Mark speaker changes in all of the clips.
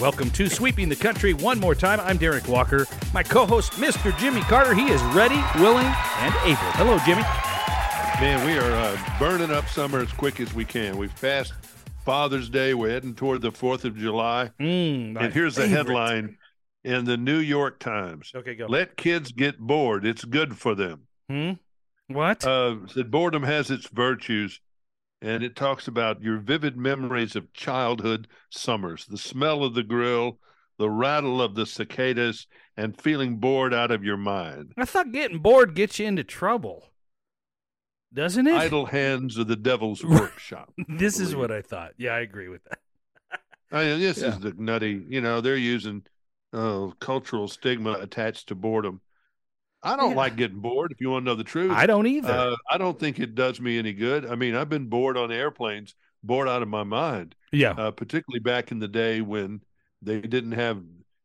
Speaker 1: Welcome to Sweeping the Country one more time. I'm Derek Walker. My co host, Mr. Jimmy Carter, he is ready, willing, and able. Hello, Jimmy.
Speaker 2: Man, we are uh, burning up summer as quick as we can. We've passed Father's Day. We're heading toward the 4th of July.
Speaker 1: Mm, my
Speaker 2: and here's the
Speaker 1: favorite.
Speaker 2: headline in the New York Times
Speaker 1: Okay, go.
Speaker 2: Let kids get bored. It's good for them.
Speaker 1: Hmm? What?
Speaker 2: Uh, said boredom has its virtues. And it talks about your vivid memories of childhood summers, the smell of the grill, the rattle of the cicadas, and feeling bored out of your mind.
Speaker 1: I thought getting bored gets you into trouble. Doesn't it?
Speaker 2: Idle hands of the devil's workshop.
Speaker 1: this is
Speaker 2: believe.
Speaker 1: what I thought. Yeah, I agree with that.
Speaker 2: I mean, this
Speaker 1: Yeah.
Speaker 2: is the nutty. You know, they're using uh, cultural stigma attached to boredom. I don't
Speaker 1: Yeah.
Speaker 2: like getting bored. If you want to know the truth,
Speaker 1: I don't either.
Speaker 2: Uh, I don't think it does me any good. I mean, I've been bored on airplanes, bored out of my mind,
Speaker 1: yeah.
Speaker 2: uh, particularly back in the day when they didn't have,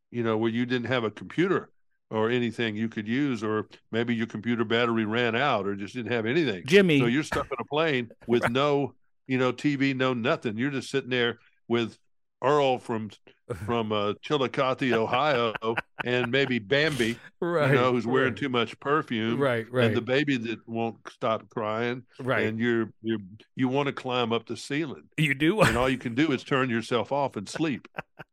Speaker 2: you know, where you didn't have a computer or anything you could use, or maybe your computer battery ran out, or just didn't have anything.
Speaker 1: Jimmy.
Speaker 2: So you're stuck on a plane with no, you know, TV, no nothing. You're just sitting there with Earl from from uh, Chillicothe, Ohio, and maybe Bambi,
Speaker 1: right.
Speaker 2: you know, who's wearing
Speaker 1: right,
Speaker 2: too much perfume,
Speaker 1: Right, right.
Speaker 2: and the baby that won't stop crying,
Speaker 1: right.
Speaker 2: and you're you you want to climb up the ceiling,
Speaker 1: you do.
Speaker 2: and all you can do is turn yourself off and sleep.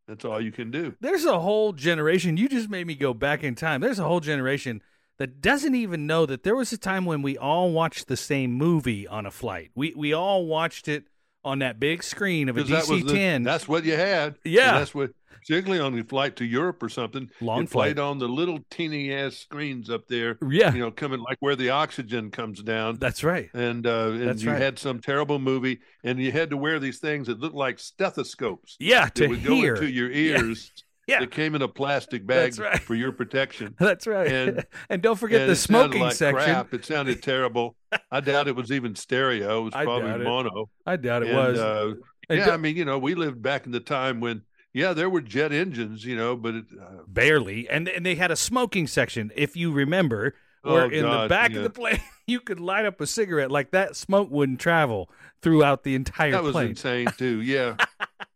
Speaker 2: That's all you can do.
Speaker 1: There's a whole generation. You just made me go back in time. There's a whole generation that doesn't even know that there was a time when we all watched the same movie on a flight. We we all watched it on that big screen of a
Speaker 2: Because that was
Speaker 1: DC
Speaker 2: the,
Speaker 1: ten.
Speaker 2: that's what you had. and
Speaker 1: Yeah.
Speaker 2: that's what particularly on the flight to Europe or something.
Speaker 1: Long
Speaker 2: it played
Speaker 1: flight.
Speaker 2: on the little teeny ass screens up there.
Speaker 1: yeah,
Speaker 2: you know, coming like where the oxygen comes down.
Speaker 1: that's right.
Speaker 2: And uh, and
Speaker 1: That's
Speaker 2: you
Speaker 1: right.
Speaker 2: had some terrible movie, and you had to wear these things that looked like stethoscopes
Speaker 1: Yeah,
Speaker 2: that
Speaker 1: to
Speaker 2: would
Speaker 1: hear.
Speaker 2: go into your ears.
Speaker 1: Yeah.
Speaker 2: that came in a plastic bag
Speaker 1: That's right.
Speaker 2: for your protection.
Speaker 1: that's right. And,
Speaker 2: and-
Speaker 1: don't forget
Speaker 2: And
Speaker 1: the
Speaker 2: it sounded
Speaker 1: smoking
Speaker 2: like
Speaker 1: section.
Speaker 2: Crap. It sounded terrible. I doubt it was even stereo. It was
Speaker 1: I doubt
Speaker 2: probably
Speaker 1: it.
Speaker 2: mono.
Speaker 1: I doubt it
Speaker 2: And,
Speaker 1: was.
Speaker 2: uh,
Speaker 1: And
Speaker 2: yeah,
Speaker 1: d-
Speaker 2: I mean, you know, we lived back in the time when, yeah, there were jet engines, you know, but it, uh,
Speaker 1: barely and and they had a smoking section if you remember where
Speaker 2: Oh,
Speaker 1: in the
Speaker 2: God,
Speaker 1: back
Speaker 2: yeah.
Speaker 1: of the plane you could light up a cigarette like that smoke wouldn't travel throughout the entire
Speaker 2: that was
Speaker 1: plane
Speaker 2: insane too. Yeah,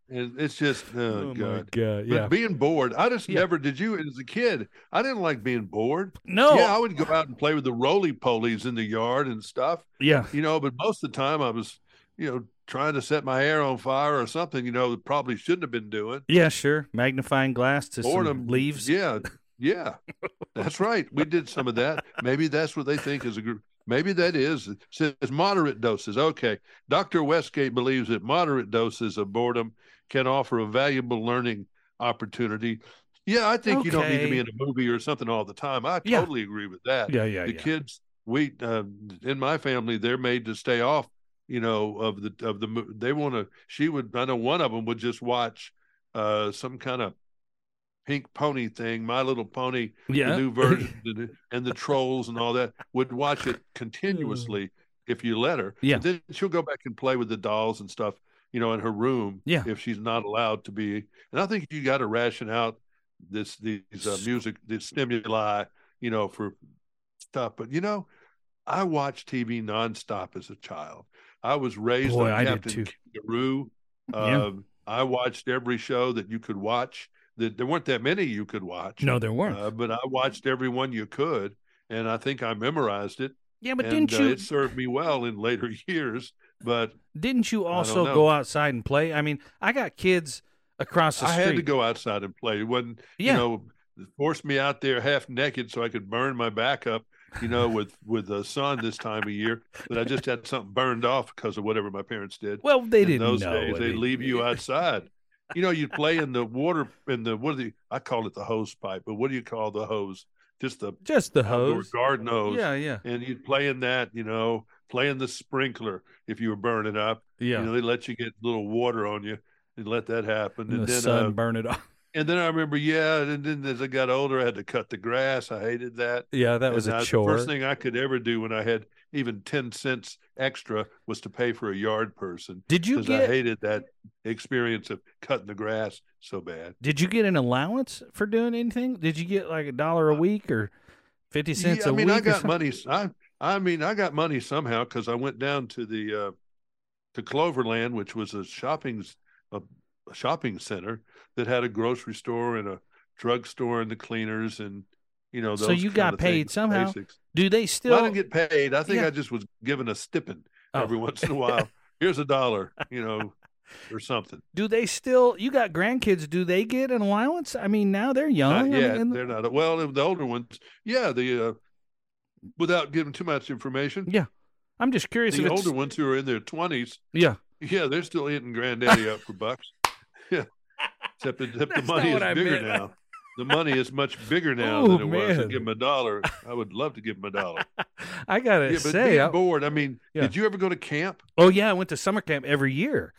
Speaker 2: and it's just oh,
Speaker 1: oh my
Speaker 2: god.
Speaker 1: god
Speaker 2: But
Speaker 1: yeah
Speaker 2: being bored, I just
Speaker 1: Yeah.
Speaker 2: never did. You as a kid, I didn't like being bored.
Speaker 1: no
Speaker 2: Yeah, I would go out and play with the roly polies in the yard and stuff,
Speaker 1: yeah
Speaker 2: you know. But most of the time, I was, you know, trying to set my hair on fire or something, you know, that probably shouldn't have been doing.
Speaker 1: yeah sure magnifying glass to some leaves
Speaker 2: Yeah, yeah, that's right. We did some of that. Maybe that's what they think is a group. Maybe that is says moderate doses. Okay, Dr. Westgate believes that moderate doses of boredom can offer a valuable learning opportunity. Yeah, I think you don't need to
Speaker 1: Okay.
Speaker 2: be in a movie or something all the time. I
Speaker 1: Yeah.
Speaker 2: totally agree with that.
Speaker 1: yeah yeah
Speaker 2: the
Speaker 1: yeah.
Speaker 2: kids, we uh, in my family, they're made to stay off. You know, of the of the mo- they want to. She would. I know one of them would just watch uh some kind of pink pony thing, My Little Pony,
Speaker 1: yeah
Speaker 2: the new version, the new- and the trolls and all that. Would watch it continuously if you let her.
Speaker 1: Mm. Yeah.
Speaker 2: But then she'll go back and play with the dolls and stuff. You know, in her room.
Speaker 1: Yeah.
Speaker 2: If she's not allowed to be, and I think you got to ration out this these uh,
Speaker 1: S-
Speaker 2: music, this stimuli. You know, for stuff. But you know, I watched TV nonstop as a child. I was raised
Speaker 1: Boy,
Speaker 2: on
Speaker 1: I did
Speaker 2: Captain
Speaker 1: too.
Speaker 2: Kangaroo.
Speaker 1: Yeah.
Speaker 2: Um, I watched every show that you could watch. That there weren't that many you could watch.
Speaker 1: no there weren't
Speaker 2: Uh, but I watched every one you could, and I think I memorized it.
Speaker 1: yeah but
Speaker 2: and
Speaker 1: didn't
Speaker 2: uh,
Speaker 1: you
Speaker 2: it served me well in later years. But
Speaker 1: didn't you
Speaker 2: don't
Speaker 1: also
Speaker 2: know.
Speaker 1: go outside and play i mean i got kids across the
Speaker 2: I
Speaker 1: street
Speaker 2: had to go outside and play. It wasn't,
Speaker 1: yeah
Speaker 2: you know, forced me out there half naked so I could burn my back up, you know, with with the sun this time of year. But I just had something burned off because of whatever my parents did.
Speaker 1: well they
Speaker 2: in
Speaker 1: didn't
Speaker 2: those
Speaker 1: know
Speaker 2: days,
Speaker 1: I
Speaker 2: they
Speaker 1: mean,
Speaker 2: leave you outside. You know, you'd play in the water in the what do you, I call it the hose pipe, but what do you call the hose? Just the
Speaker 1: just the
Speaker 2: outdoor
Speaker 1: hose
Speaker 2: garden hose.
Speaker 1: yeah yeah
Speaker 2: and you'd play in that, you know, play in the sprinkler if you were burning up.
Speaker 1: yeah
Speaker 2: You know, they let you get a little water on you and let that happen.
Speaker 1: and
Speaker 2: And
Speaker 1: the
Speaker 2: then,
Speaker 1: sun
Speaker 2: uh,
Speaker 1: burn it off.
Speaker 2: and then I remember, yeah. And then as I got older, I had to cut the grass. I hated that.
Speaker 1: Yeah, that was
Speaker 2: And
Speaker 1: a
Speaker 2: I-
Speaker 1: chore.
Speaker 2: The first thing I could ever do when I had even ten cents extra was to pay for a yard person
Speaker 1: did you
Speaker 2: because I
Speaker 1: get
Speaker 2: hated that experience of cutting the grass so bad.
Speaker 1: did you get an allowance for doing anything? Did you get like a dollar a week or fifty cents
Speaker 2: Uh, yeah, I
Speaker 1: a
Speaker 2: mean,
Speaker 1: week?
Speaker 2: I
Speaker 1: or
Speaker 2: got
Speaker 1: something?
Speaker 2: money. I I mean, I got money somehow because I went down to the uh, to Cloverland, which was a shopping s- a, shopping center that had a grocery store and a drugstore and the cleaners and you know.
Speaker 1: So
Speaker 2: those
Speaker 1: you
Speaker 2: kind
Speaker 1: got
Speaker 2: of
Speaker 1: paid
Speaker 2: things,
Speaker 1: somehow.
Speaker 2: basics.
Speaker 1: Do they
Speaker 2: Well, I
Speaker 1: still?
Speaker 2: didn't get paid. I think
Speaker 1: Yeah.
Speaker 2: I just was given a stipend
Speaker 1: Oh.
Speaker 2: every once in a while. Here's a dollar, you know, or something.
Speaker 1: do they still? You got grandkids? Do they get an allowance? I mean, now they're
Speaker 2: Not
Speaker 1: young. Oh, I
Speaker 2: yet.
Speaker 1: mean,
Speaker 2: They're not. Well, the older ones, yeah. The uh, without giving too much information,
Speaker 1: I'm just curious.
Speaker 2: the
Speaker 1: if it's-
Speaker 2: older ones who are in their twenties,
Speaker 1: yeah,
Speaker 2: yeah, they're still hitting granddaddy up for bucks. Yeah, except, that- except the
Speaker 1: That's
Speaker 2: money
Speaker 1: not
Speaker 2: is
Speaker 1: what I
Speaker 2: bigger
Speaker 1: meant.
Speaker 2: now. The money is much bigger now
Speaker 1: Oh,
Speaker 2: than it was. I
Speaker 1: man.
Speaker 2: give them a dollar. I would love to give them a dollar.
Speaker 1: I gotta
Speaker 2: Yeah, but
Speaker 1: say.
Speaker 2: being
Speaker 1: I-
Speaker 2: bored. I mean,
Speaker 1: Yeah.
Speaker 2: did you ever go to camp?
Speaker 1: oh yeah, I went to summer camp every year.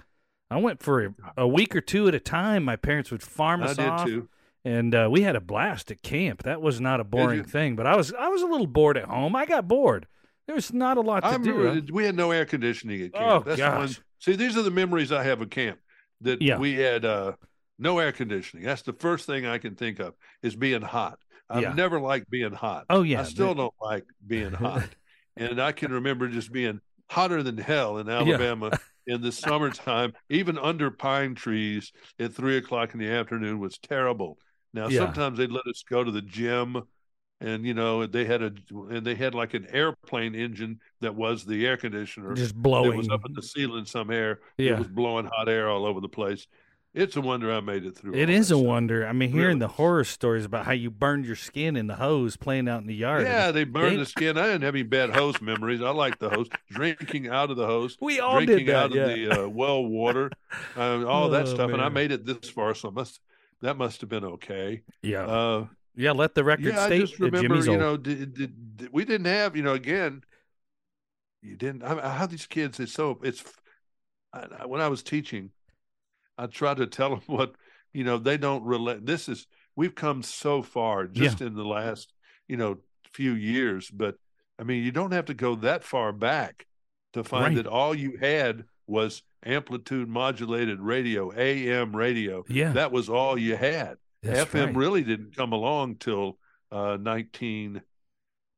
Speaker 1: I went for a, a week or two at a time. My parents would farm
Speaker 2: Uh. I
Speaker 1: us
Speaker 2: did
Speaker 1: off,
Speaker 2: too.
Speaker 1: and uh, we had a blast at camp. That was not a boring
Speaker 2: you?
Speaker 1: thing, but I was I was a little bored at home. I got bored. There was not a lot to
Speaker 2: I
Speaker 1: do.
Speaker 2: remember we had no air conditioning at
Speaker 1: Oh,
Speaker 2: camp. That's the one.
Speaker 1: gosh.
Speaker 2: See, these are the memories I have of camp that
Speaker 1: Yeah.
Speaker 2: we had uh, no air conditioning. That's the first thing I can think of is being hot. I've
Speaker 1: Yeah.
Speaker 2: never liked being hot.
Speaker 1: Oh yeah,
Speaker 2: I still don't like being hot. and I can remember just being hotter than hell in Alabama in the summertime, even under pine trees at three o'clock in the afternoon was terrible. Now
Speaker 1: Yeah.
Speaker 2: sometimes they'd let us go to the gym and you know they had a and they had like an airplane engine that was the air conditioner
Speaker 1: just
Speaker 2: that
Speaker 1: blowing.
Speaker 2: was up in the ceiling some air
Speaker 1: yeah,
Speaker 2: it was blowing hot air all over the place it's a wonder i made it through
Speaker 1: It
Speaker 2: all
Speaker 1: is
Speaker 2: that
Speaker 1: a
Speaker 2: stuff.
Speaker 1: wonder. I mean, hearing
Speaker 2: Really.
Speaker 1: the horror stories about how you burned your skin in the hose playing out in the yard.
Speaker 2: yeah they burned
Speaker 1: They-
Speaker 2: the skin i didn't have any bad hose memories i liked the hose drinking out of the hose
Speaker 1: we all
Speaker 2: drinking
Speaker 1: did that.
Speaker 2: out of
Speaker 1: yeah.
Speaker 2: the uh, well water, uh, all that
Speaker 1: Oh,
Speaker 2: stuff, and I
Speaker 1: man.
Speaker 2: made it this far, so I must that must have been okay.
Speaker 1: yeah,
Speaker 2: Uh,
Speaker 1: yeah. Let the record
Speaker 2: yeah, I
Speaker 1: state
Speaker 2: just
Speaker 1: that
Speaker 2: remember,
Speaker 1: Jimmy's
Speaker 2: you
Speaker 1: old.
Speaker 2: know, did, did, did- we didn't have, you know, again, you didn't. I, I- how these kids? It's so it's. I, I- when I was teaching, I tried to tell them what you know. They don't relate. This is we've come so far just in the last you know few years, but I mean, you don't have to go that far back to
Speaker 1: Right.
Speaker 2: find that all you had was amplitude modulated radio, AM radio.
Speaker 1: yeah,
Speaker 2: That was all you had.
Speaker 1: that's
Speaker 2: FM
Speaker 1: right.
Speaker 2: really didn't come along till uh, 19,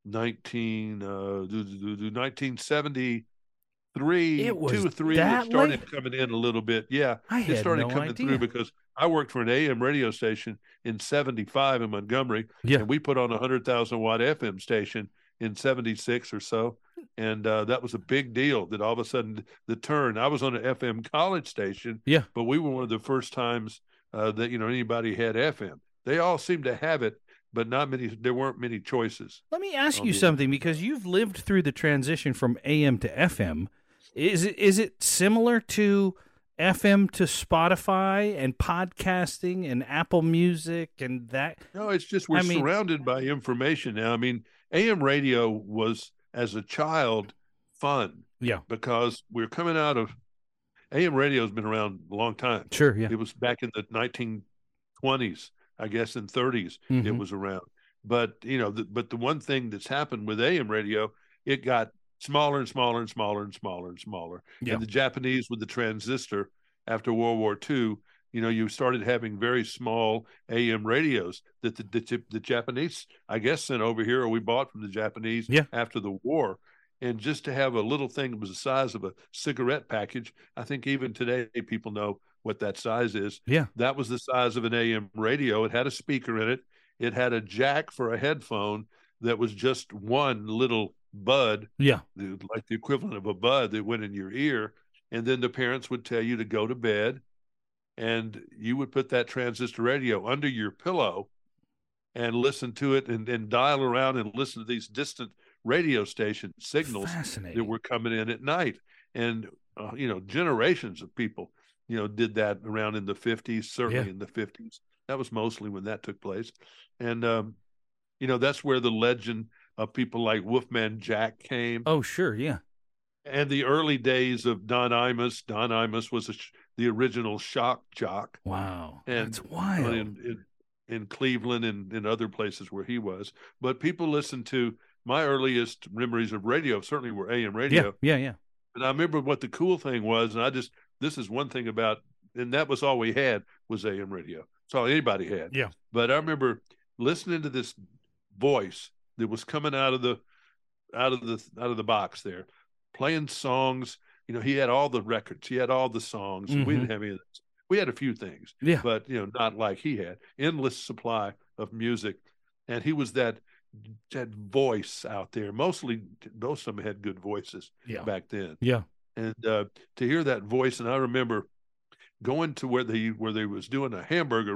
Speaker 2: 19, uh, do- do- do- do- 1973,
Speaker 1: It was
Speaker 2: two, three.
Speaker 1: that
Speaker 2: It started
Speaker 1: late?
Speaker 2: coming in a little bit. Yeah,
Speaker 1: I
Speaker 2: it
Speaker 1: had
Speaker 2: started
Speaker 1: no
Speaker 2: coming
Speaker 1: idea.
Speaker 2: through because I worked for an AM radio station in 75 in Montgomery,
Speaker 1: Yeah.
Speaker 2: and we put on a 100,000 watt FM station in 76 or so. And uh, that was a big deal that all of a sudden the turn. I was on an FM college station,
Speaker 1: Yeah.
Speaker 2: but we were one of the first times uh, that you know anybody had FM. They all seemed to have it, but not many. There weren't many choices.
Speaker 1: Let me ask
Speaker 2: on
Speaker 1: you
Speaker 2: the-
Speaker 1: something because you've lived through the transition from AM to FM. Is it is it similar to FM to Spotify and podcasting and Apple Music and that?
Speaker 2: No, it's just we're
Speaker 1: I mean-
Speaker 2: surrounded by information now. I mean, AM radio was as a child fun
Speaker 1: Yeah,
Speaker 2: because we're coming out of AM radio has been around a long time.
Speaker 1: sure. Yeah,
Speaker 2: It was back in the 1920s, I guess, and 30s. it
Speaker 1: Mhm.
Speaker 2: was around. But you know, the, but the one thing that's happened with AM radio, it got smaller and smaller and smaller and smaller and smaller.
Speaker 1: Yeah.
Speaker 2: And the Japanese with the transistor after World War II, you know, you started having very small AM radios that the, the, the Japanese, I guess, sent over here, or we bought from the Japanese
Speaker 1: Yeah.
Speaker 2: after the war. And just to have a little thing that was the size of a cigarette package, I think even today people know what that size is.
Speaker 1: Yeah.
Speaker 2: That was the size of an AM radio. It had a speaker in it. It had a jack for a headphone that was just one little bud,
Speaker 1: yeah.
Speaker 2: the- like the equivalent of a bud that went in your ear. And then the parents would tell you to go to bed and you would put that transistor radio under your pillow and listen to it and, and dial around and listen to these distant radio station signals that
Speaker 1: Fascinating.
Speaker 2: were coming in at night. And, uh, you know, generations of people, you know, did that around in the 50s, certainly
Speaker 1: Yeah.
Speaker 2: in the 50s. That was mostly when that took place. And, um, you know, that's where the legend of people like Wolfman Jack came
Speaker 1: oh, sure. Yeah.
Speaker 2: and the early days of Don Imus. Don Imus was a sh- the original shock jock
Speaker 1: Wow.
Speaker 2: And
Speaker 1: That's
Speaker 2: uh,
Speaker 1: wild.
Speaker 2: in, in in Cleveland and in other places where he was. But people listened to my earliest memories of radio, certainly were AM radio.
Speaker 1: yeah. Yeah. Yeah.
Speaker 2: And I remember what the cool thing was, and I just this is one thing about, and that was all we had was AM radio. It's all anybody had.
Speaker 1: Yeah.
Speaker 2: But I remember listening to this voice that was coming out of the out of the out of the box there, playing songs. You know, he had all the records. He had all the songs. We
Speaker 1: Mhm.
Speaker 2: didn't have any of this. we had a few things,
Speaker 1: Yeah.
Speaker 2: but you know, not like he had endless supply of music, and he was that that voice out there. Mostly, most of them had good voices
Speaker 1: Yeah.
Speaker 2: back then,
Speaker 1: Yeah.
Speaker 2: and uh, to hear that voice, and I remember going to where they where they was doing a hamburger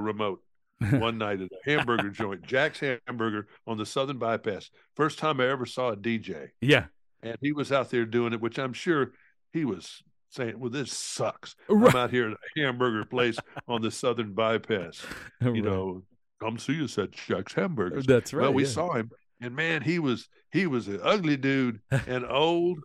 Speaker 2: remote one night at a hamburger joint, Jack's Hamburger on the Southern Bypass. First time I ever saw a DJ
Speaker 1: Yeah.
Speaker 2: and he was out there doing it, which I'm sure he was saying, "Well, this sucks.
Speaker 1: Right.
Speaker 2: I'm out here at a hamburger place on the Southern Bypass. You know, come see us at Chuck's Hamburgers."
Speaker 1: that's right.
Speaker 2: well, we
Speaker 1: yeah.
Speaker 2: saw him, and man, he was he was an ugly dude and old,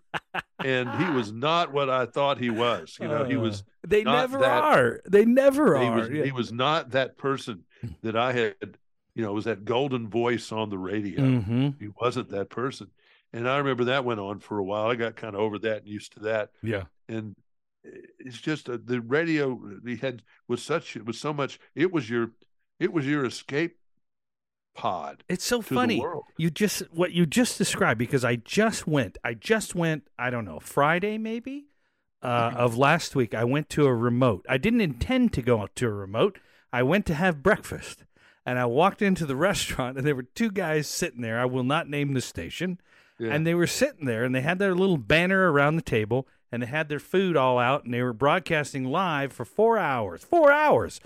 Speaker 2: and he was not what I thought he was. You know, he
Speaker 1: Uh,
Speaker 2: was
Speaker 1: They
Speaker 2: not
Speaker 1: never
Speaker 2: that-
Speaker 1: are. They never
Speaker 2: he
Speaker 1: are.
Speaker 2: was
Speaker 1: yeah.
Speaker 2: he was not that person that I had. You know, was that golden voice on the radio.
Speaker 1: Mhm.
Speaker 2: He wasn't that person. And I remember that went on for a while. I got kind of over that and used to that.
Speaker 1: Yeah.
Speaker 2: And it's just uh, the radio we had was such it was so much it was your it was your escape pod
Speaker 1: It's so
Speaker 2: to
Speaker 1: funny.
Speaker 2: the world.
Speaker 1: you just what you just described because I just went. I just went. I don't know Friday maybe
Speaker 2: Mm-hmm.
Speaker 1: uh, of last week. I went to a remote. I didn't intend to go out to a remote. I went to have breakfast, and I walked into the restaurant, and there were two guys sitting there. I will not name the station,
Speaker 2: Yeah.
Speaker 1: and they were sitting there, and they had their little banner around the table, and they had their food all out, and they were broadcasting live for four hours. Four hours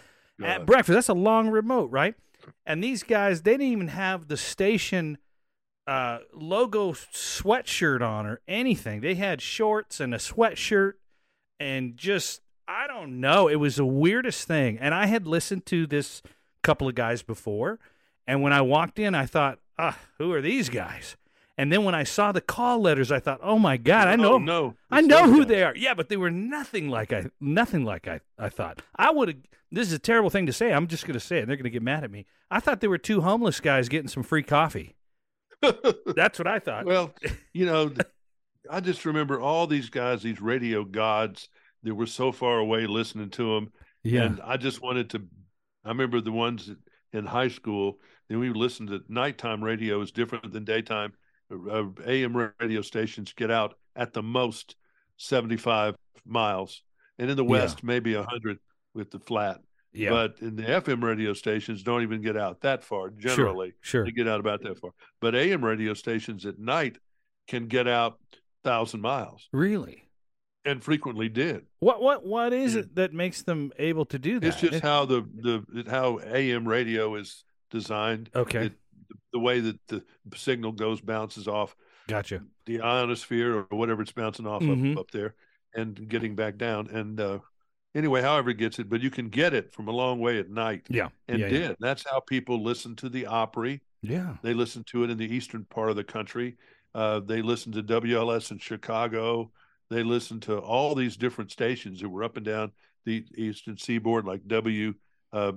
Speaker 1: at
Speaker 2: God.
Speaker 1: breakfast. That's a long remote, right? And these guys, they didn't even have the station uh, logo sweatshirt on or anything. They had shorts and a sweatshirt and just, I don't know. It was the weirdest thing. And I had listened to this couple of guys before. And when I walked in, I thought, ah, who are these guys? And then when I saw the call letters, I thought, oh my God, I know
Speaker 2: Oh, no
Speaker 1: I
Speaker 2: It's
Speaker 1: know
Speaker 2: those
Speaker 1: who
Speaker 2: guys.
Speaker 1: they are. Yeah, but they were nothing like I nothing like I, I thought. I would have this is a terrible thing to say. I'm just gonna say it. They're gonna get mad at me. I thought they were two homeless guys getting some free coffee. That's what I thought.
Speaker 2: well you know th- i just remember all these guys these radio gods that were so far away listening to them And I just wanted to. I remember the ones in high school. Then we listened to nighttime radio is different than daytime. Uh, AM radio stations get out at the most seventy-five miles, and in the
Speaker 1: Yeah.
Speaker 2: west maybe hundred with the flat.
Speaker 1: yeah.
Speaker 2: But in the FM radio stations, don't even get out that far generally.
Speaker 1: sure.
Speaker 2: They get out about that far. But AM radio stations at night can get out thousand miles,
Speaker 1: Really?
Speaker 2: and frequently did.
Speaker 1: What what what is
Speaker 2: Yeah.
Speaker 1: it that makes them able to do that?
Speaker 2: It's just
Speaker 1: It-
Speaker 2: how the the how AM radio is designed.
Speaker 1: Okay.
Speaker 2: it- The way that the signal goes bounces off
Speaker 1: gotcha.
Speaker 2: the ionosphere or whatever it's bouncing off
Speaker 1: Mhm.
Speaker 2: up, up there and getting back down. And uh, anyway, however it gets it, but you can get it from a long way at night.
Speaker 1: Yeah.
Speaker 2: And
Speaker 1: yeah,
Speaker 2: did that's how people listen to the Opry.
Speaker 1: Yeah.
Speaker 2: They listen to it in the eastern part of the country. Uh, they listened to WLS in Chicago. They listened to all these different stations that were up and down the eastern seaboard, like W uh,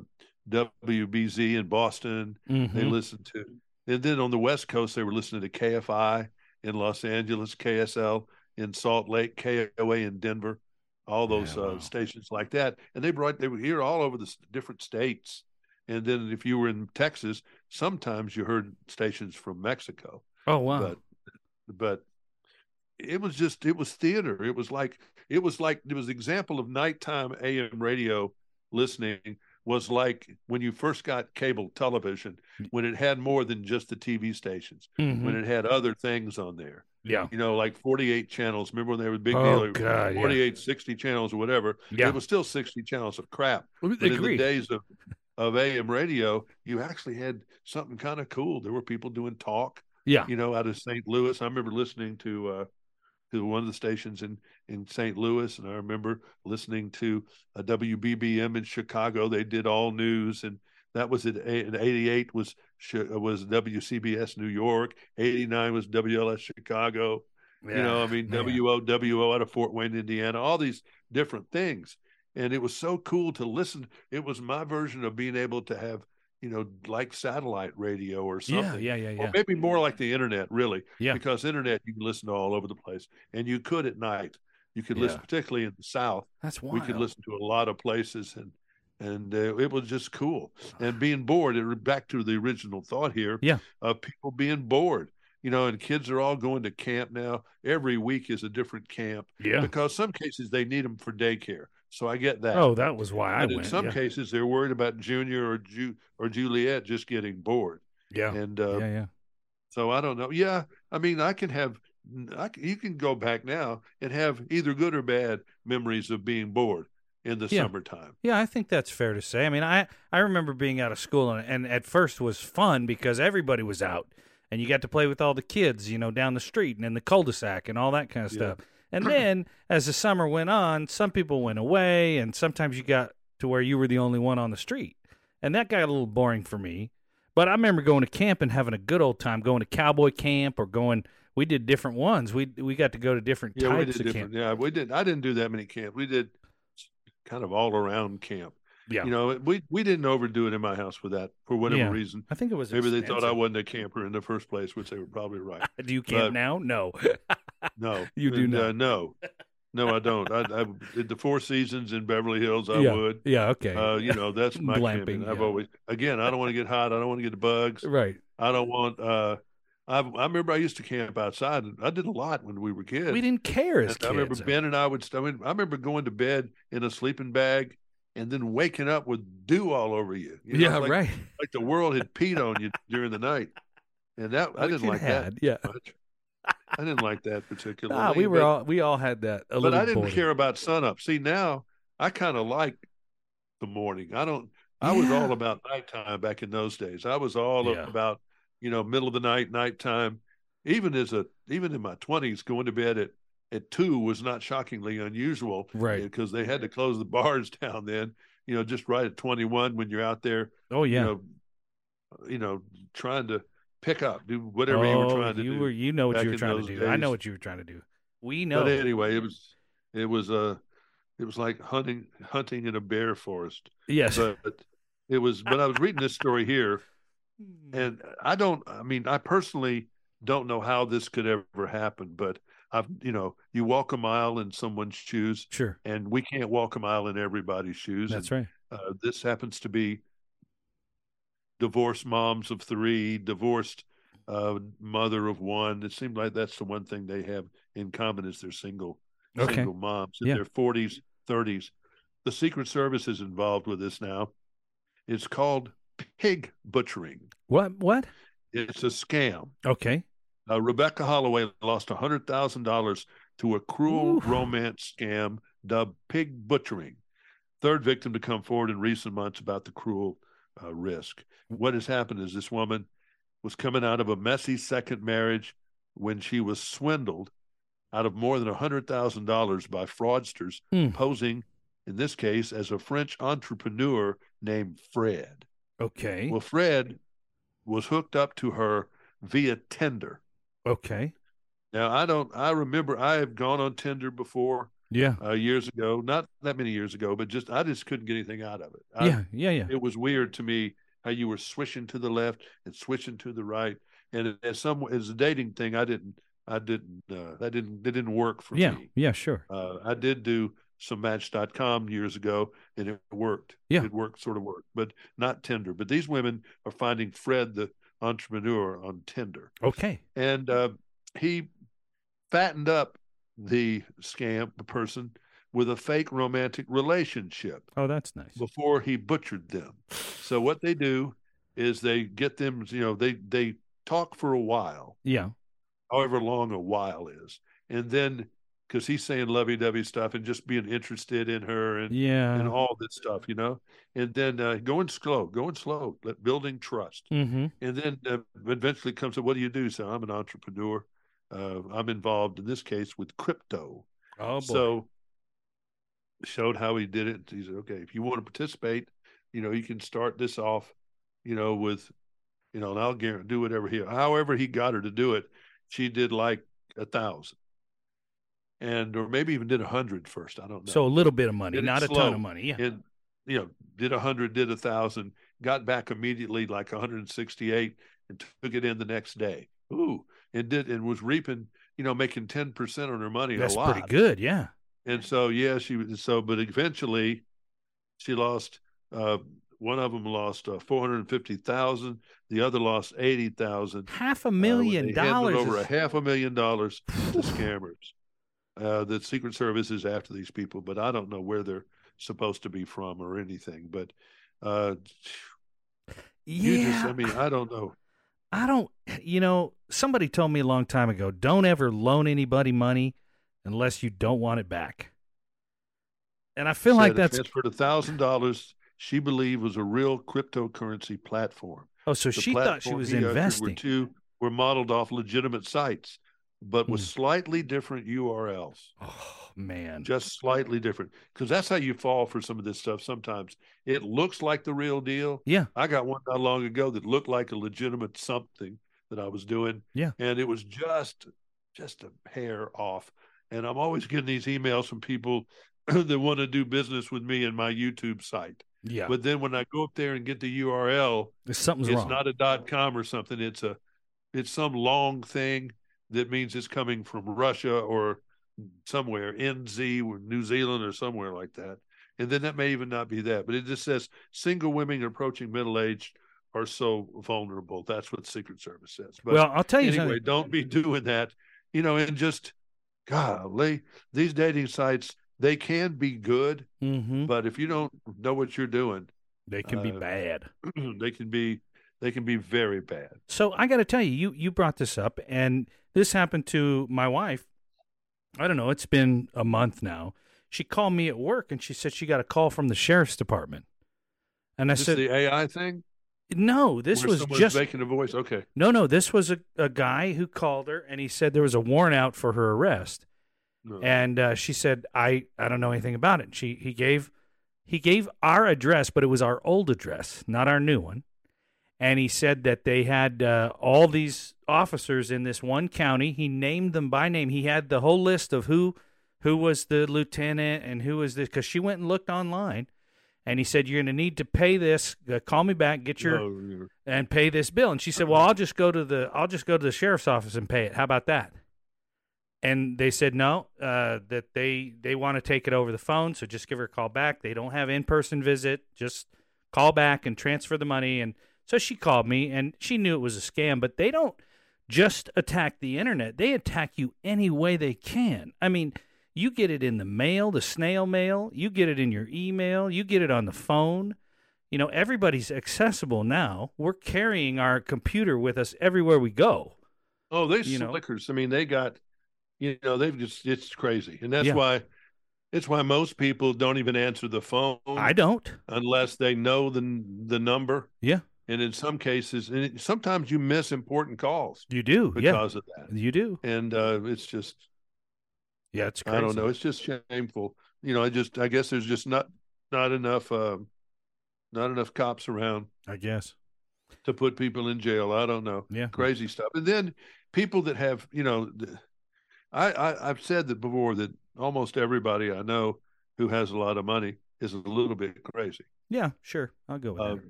Speaker 2: WBZ in Boston.
Speaker 1: Mhm.
Speaker 2: They listened to, and then on the West Coast, they were listening to KFI in Los Angeles, KSL in Salt Lake, KOA in Denver, all those
Speaker 1: Yeah,
Speaker 2: uh,
Speaker 1: wow.
Speaker 2: stations like that. And they brought they were here all over the s- different states. And then if you were in Texas, sometimes you heard stations from Mexico,
Speaker 1: oh wow.
Speaker 2: but but it was just it was theater. It was like it was like it was an example of nighttime AM radio listening was like when you first got cable television
Speaker 1: Mm.
Speaker 2: when it had more than just the TV stations
Speaker 1: Mhm.
Speaker 2: when it had other things on there
Speaker 1: yeah.
Speaker 2: you know like 48 channels remember when they were big
Speaker 1: Oh,
Speaker 2: deal
Speaker 1: God, yeah.
Speaker 2: 48 60 channels or whatever
Speaker 1: Yeah.
Speaker 2: it was still 60 channels of crap but in the
Speaker 1: Agreed.
Speaker 2: days of of AM radio you actually had something kind of cool there were people doing talk
Speaker 1: Yeah.
Speaker 2: you know, out of St. Louis. I remember listening to uh, to one of the stations in in St. Louis, and I remember listening to uh, a WBBM in Chicago. They did all news, and that was at a- in '88 was Chi- was WCBS New York. '89 was WLS Chicago.
Speaker 1: Yeah.
Speaker 2: You know, I mean
Speaker 1: man.
Speaker 2: WOWO out of Fort Wayne, Indiana. All these different things, and it was so cool to listen. It was my version of being able to have. You know, like satellite radio or something.
Speaker 1: Yeah, yeah, yeah,
Speaker 2: Or
Speaker 1: yeah.
Speaker 2: maybe more like the internet, really.
Speaker 1: Yeah.
Speaker 2: Because internet, you can listen to all over the place, and you could at night. You could listen,
Speaker 1: Yeah.
Speaker 2: particularly in the South.
Speaker 1: That's wild.
Speaker 2: We could listen to a lot of places, and and uh, it was just cool. And being bored, it, re- back to the original thought here.
Speaker 1: Yeah.
Speaker 2: Of people being bored, you know, and kids are all going to camp now. Every week is a different camp
Speaker 1: Yeah.
Speaker 2: because some cases they need them for daycare. So I get that.
Speaker 1: Oh, that was why I
Speaker 2: and
Speaker 1: went.
Speaker 2: in some
Speaker 1: yeah.
Speaker 2: cases, they're worried about Junior or Ju- or Juliet just getting bored.
Speaker 1: yeah.
Speaker 2: And uh,
Speaker 1: yeah, yeah.
Speaker 2: so I don't know. Yeah, I mean, I can have, I c you can go back now and have either good or bad memories of being bored in the
Speaker 1: Yeah.
Speaker 2: summertime.
Speaker 1: Yeah, I think that's fair to say. I mean, I I remember being out of school and, and at first was fun because everybody was out and you got to play with all the kids, you know, down the street and in the cul-de-sac and all that kind of
Speaker 2: Yeah.
Speaker 1: stuff. And then as the summer went on, some people went away and sometimes you got to where you were the only one on the street. And that got a little boring for me. But I remember going to camp and having a good old time going to cowboy camp or going we did different ones. We we got to go to different
Speaker 2: Yeah, we
Speaker 1: types
Speaker 2: did
Speaker 1: of camp.
Speaker 2: different. Yeah, we did. I didn't do that many camps. We did kind of all around camp.
Speaker 1: Yeah.
Speaker 2: You know, we we didn't overdo it in my house with that for whatever
Speaker 1: Yeah.
Speaker 2: reason.
Speaker 1: I think it was
Speaker 2: Maybe they thought I
Speaker 1: expensive.
Speaker 2: wasn't a camper in the first place, which they were probably right.
Speaker 1: Do you camp
Speaker 2: but-
Speaker 1: now? No.
Speaker 2: No,
Speaker 1: You do
Speaker 2: And, uh, no, no, I don't. I, I did the Four Seasons in Beverly Hills. I
Speaker 1: Yeah.
Speaker 2: would.
Speaker 1: Yeah, okay.
Speaker 2: Uh, you know, that's my camping.
Speaker 1: Glamping,
Speaker 2: I've
Speaker 1: yeah.
Speaker 2: always again. I don't want to get hot. I don't want to get the bugs.
Speaker 1: right.
Speaker 2: I don't want. Uh, I I remember I used to camp outside. and I did a lot when we were kids.
Speaker 1: We didn't care as
Speaker 2: And
Speaker 1: kids.
Speaker 2: I remember Ben and I would. st- I mean, I remember going to bed in a sleeping bag and then waking up with dew all over you. you know,
Speaker 1: yeah,
Speaker 2: like,
Speaker 1: right.
Speaker 2: Like the world had peed on you during the night, and that I
Speaker 1: We
Speaker 2: didn't
Speaker 1: could
Speaker 2: like that
Speaker 1: had, Yeah.
Speaker 2: much. I didn't like that particularly.
Speaker 1: Ah, we were
Speaker 2: but-
Speaker 1: all we all had that. A
Speaker 2: but
Speaker 1: little
Speaker 2: I didn't
Speaker 1: boy.
Speaker 2: care about sunup. See, now I kind of like the morning. I don't. I was
Speaker 1: Yeah.
Speaker 2: all about nighttime back in those days. I was all
Speaker 1: Yeah.
Speaker 2: about you know middle of the night, nighttime. Even as a even in my twenties, going to bed at at two was not shockingly unusual,
Speaker 1: Right.
Speaker 2: Because they had to close the bars down then. You know, just right at twenty one when you're out there,
Speaker 1: Oh yeah.
Speaker 2: you know, you know, trying to pick up, do whatever you were
Speaker 1: Oh,
Speaker 2: trying to
Speaker 1: you
Speaker 2: do.
Speaker 1: were- you know what
Speaker 2: back
Speaker 1: you were
Speaker 2: in
Speaker 1: trying to
Speaker 2: those
Speaker 1: do. I know
Speaker 2: days.
Speaker 1: what you were trying to do. We know.
Speaker 2: But anyway, it was it was uh it was like hunting hunting in a bear forest.
Speaker 1: yes.
Speaker 2: But it was but I was reading this story here
Speaker 1: Mm.
Speaker 2: and I don't I mean I personally don't know how this could ever happen, but I've you know, you walk a mile in someone's shoes
Speaker 1: sure.
Speaker 2: and we can't walk a mile in everybody's shoes.
Speaker 1: That's right.
Speaker 2: right. Uh, this happens to be divorced moms of three, divorced uh, mother of one. It seemed like that's the one thing they have in common is they're single
Speaker 1: Okay.
Speaker 2: single moms in
Speaker 1: Yeah.
Speaker 2: their 40s, 30s. The Secret Service is involved with this now. It's called pig butchering.
Speaker 1: What? What?
Speaker 2: It's a scam.
Speaker 1: Okay.
Speaker 2: Uh, Rebecca Holloway lost $100,000 to a cruel
Speaker 1: Oof.
Speaker 2: romance scam dubbed pig butchering. Third victim to come forward in recent months about the cruel uh, risk. What has happened is this woman was coming out of a messy second marriage when she was swindled out of more than $100,000 by fraudsters
Speaker 1: Hmm.
Speaker 2: posing, in this case, as a French entrepreneur named Fred.
Speaker 1: Okay.
Speaker 2: Well, Fred was hooked up to her via Tinder.
Speaker 1: okay.
Speaker 2: Now I don't. I remember I have gone on Tinder before
Speaker 1: Yeah.
Speaker 2: uh, years ago, not that many years ago, but just I just couldn't get anything out of it. I,
Speaker 1: yeah. Yeah. Yeah.
Speaker 2: it was weird to me how you were swishing to the left and switching to the right, and as some as a dating thing, I didn't, I didn't, uh, that didn't, that didn't work for
Speaker 1: Yeah.
Speaker 2: me.
Speaker 1: Yeah. Sure.
Speaker 2: Uh, I did do some Match.com years ago, and it worked.
Speaker 1: Yeah.
Speaker 2: it worked, sort of worked, but not Tinder. But these women are finding Fred the entrepreneur on Tinder
Speaker 1: Okay.
Speaker 2: and uh, he fattened up the scam the person with a fake romantic relationship
Speaker 1: Oh, that's nice.
Speaker 2: before he butchered them so what they do is they get them you know they they talk for a while
Speaker 1: yeah.
Speaker 2: however long a while is and then because he's saying lovey-dovey stuff and just being interested in her and
Speaker 1: Yeah.
Speaker 2: and all this stuff you know and then uh, going slow going slow let- building trust
Speaker 1: mm-hmm.
Speaker 2: and then uh, eventually comes up, what do you do? So I'm an entrepreneur. Uh, I'm involved in this case with crypto.
Speaker 1: Oh boy.
Speaker 2: so showed how he did it. He said, okay, if you want to participate, you know, you can start this off, you know, with, you know, and I'll guarantee do whatever he, however he got her to do it. She did like a thousand and, or maybe even did a hundred first. I don't know.
Speaker 1: so a little bit of money,
Speaker 2: Did it
Speaker 1: not a ton
Speaker 2: slow.
Speaker 1: of money. Yeah.
Speaker 2: And you know, did a hundred, did a thousand, got back immediately like 168 and took it in the next day. Ooh, and did and was reaping, you know, making 10% on her money
Speaker 1: that's
Speaker 2: a lot.
Speaker 1: pretty good. Yeah.
Speaker 2: And so yeah, she was so but eventually she lost uh one of them lost uh, 450,000, the other lost 80,000.
Speaker 1: Half a
Speaker 2: Uh,
Speaker 1: million
Speaker 2: they handed
Speaker 1: dollars.
Speaker 2: over
Speaker 1: is-
Speaker 2: a half a million dollars to scammers. Uh, the Secret Service is after these people, but I don't know where they're supposed to be from or anything. But uh,
Speaker 1: Yeah,
Speaker 2: you just, I mean, I don't know.
Speaker 1: I don't, you know, somebody told me a long time ago don't ever loan anybody money unless you don't want it back. And I feel like
Speaker 2: Said it
Speaker 1: that's
Speaker 2: transferred a thousand dollars. She believed was a real cryptocurrency platform.
Speaker 1: oh, so she thought she
Speaker 2: platform
Speaker 1: was
Speaker 2: he ushered Were
Speaker 1: investing.
Speaker 2: two were modeled off legitimate sites, but with
Speaker 1: Hmm.
Speaker 2: slightly different URLs,
Speaker 1: oh man,
Speaker 2: just slightly different. Because that's how you fall for some of this stuff. Sometimes it looks like the real deal.
Speaker 1: Yeah.
Speaker 2: I got one not long ago that looked like a legitimate something that I was doing.
Speaker 1: Yeah.
Speaker 2: and it was just just a hair off. And I'm always getting these emails from people that want to do business with me in my YouTube site.
Speaker 1: yeah,
Speaker 2: But then when I go up there and get the URL,
Speaker 1: something's
Speaker 2: it's
Speaker 1: wrong.
Speaker 2: not a dot com or something it's a it's some long thing that means it's coming from russia or somewhere nz or new zealand or somewhere like that and then that may even not be that but it just says single women approaching middle age are so vulnerable that's what secret service says but
Speaker 1: well, I'll tell you
Speaker 2: anyway
Speaker 1: something.
Speaker 2: don't be doing that you know and just golly these dating sites they can be good
Speaker 1: hmm
Speaker 2: but if you don't know what you're doing
Speaker 1: They can be
Speaker 2: uh,
Speaker 1: bad.
Speaker 2: they can be they can be very bad
Speaker 1: So I got to tell you, you you brought this up, and this happened to my wife. I don't know. It's been a month now. She called me at work, and she said she got a call from the sheriff's department. And I
Speaker 2: Is this
Speaker 1: said,
Speaker 2: the AI thing?
Speaker 1: no, this
Speaker 2: Where
Speaker 1: was
Speaker 2: someone's
Speaker 1: just
Speaker 2: making a voice. Okay.
Speaker 1: no, no. This was a, a guy who called her, and he said there was a warrant out for her arrest.
Speaker 2: No.
Speaker 1: And uh, she said, I I don't know anything about it. And she he gave he gave our address, but it was our old address, not our new one. And he said that they had uh, all these officers in this one county. He named them by name. He had the whole list of who who was the lieutenant and who was this because she went and looked online. And he said, "You're going to need to pay this. Uh, call me back. Get your
Speaker 2: No, you're-
Speaker 1: and pay this bill. And she said, "Well, I'll just go to the I'll just go to the sheriff's office and pay it. How about that?" And they said no, uh, that they they want to take it over the phone, so just give her a call back. They don't have in person visit, just call back and transfer the money. And so she called me, and she knew it was a scam, but they don't just attack the internet; they attack you any way they can. I mean. You get it in the mail, the snail mail. You get it in your email. You get it on the phone you know everybody's accessible now we're carrying our computer with us everywhere we go
Speaker 2: oh, they
Speaker 1: you know.
Speaker 2: slickers. I mean, they got, you know, they've just, it's crazy. And that's
Speaker 1: Yeah.
Speaker 2: why, it's why most people don't even answer the phone
Speaker 1: i don't
Speaker 2: unless they know the, the number.
Speaker 1: Yeah.
Speaker 2: And in some cases, and it, sometimes you miss important calls
Speaker 1: you do
Speaker 2: because of that.
Speaker 1: yeah you do
Speaker 2: And uh, it's just,
Speaker 1: yeah it's
Speaker 2: I don't know. It's just shameful. You know, I just, I guess there's just not, not enough, um, not enough cops around
Speaker 1: i guess
Speaker 2: to put people in jail. I don't know.
Speaker 1: yeah
Speaker 2: crazy stuff. And then people that have, you know, th- I, I I've said that before that almost everybody I know who has a lot of money is a little bit crazy.
Speaker 1: yeah sure i'll go with
Speaker 2: Um,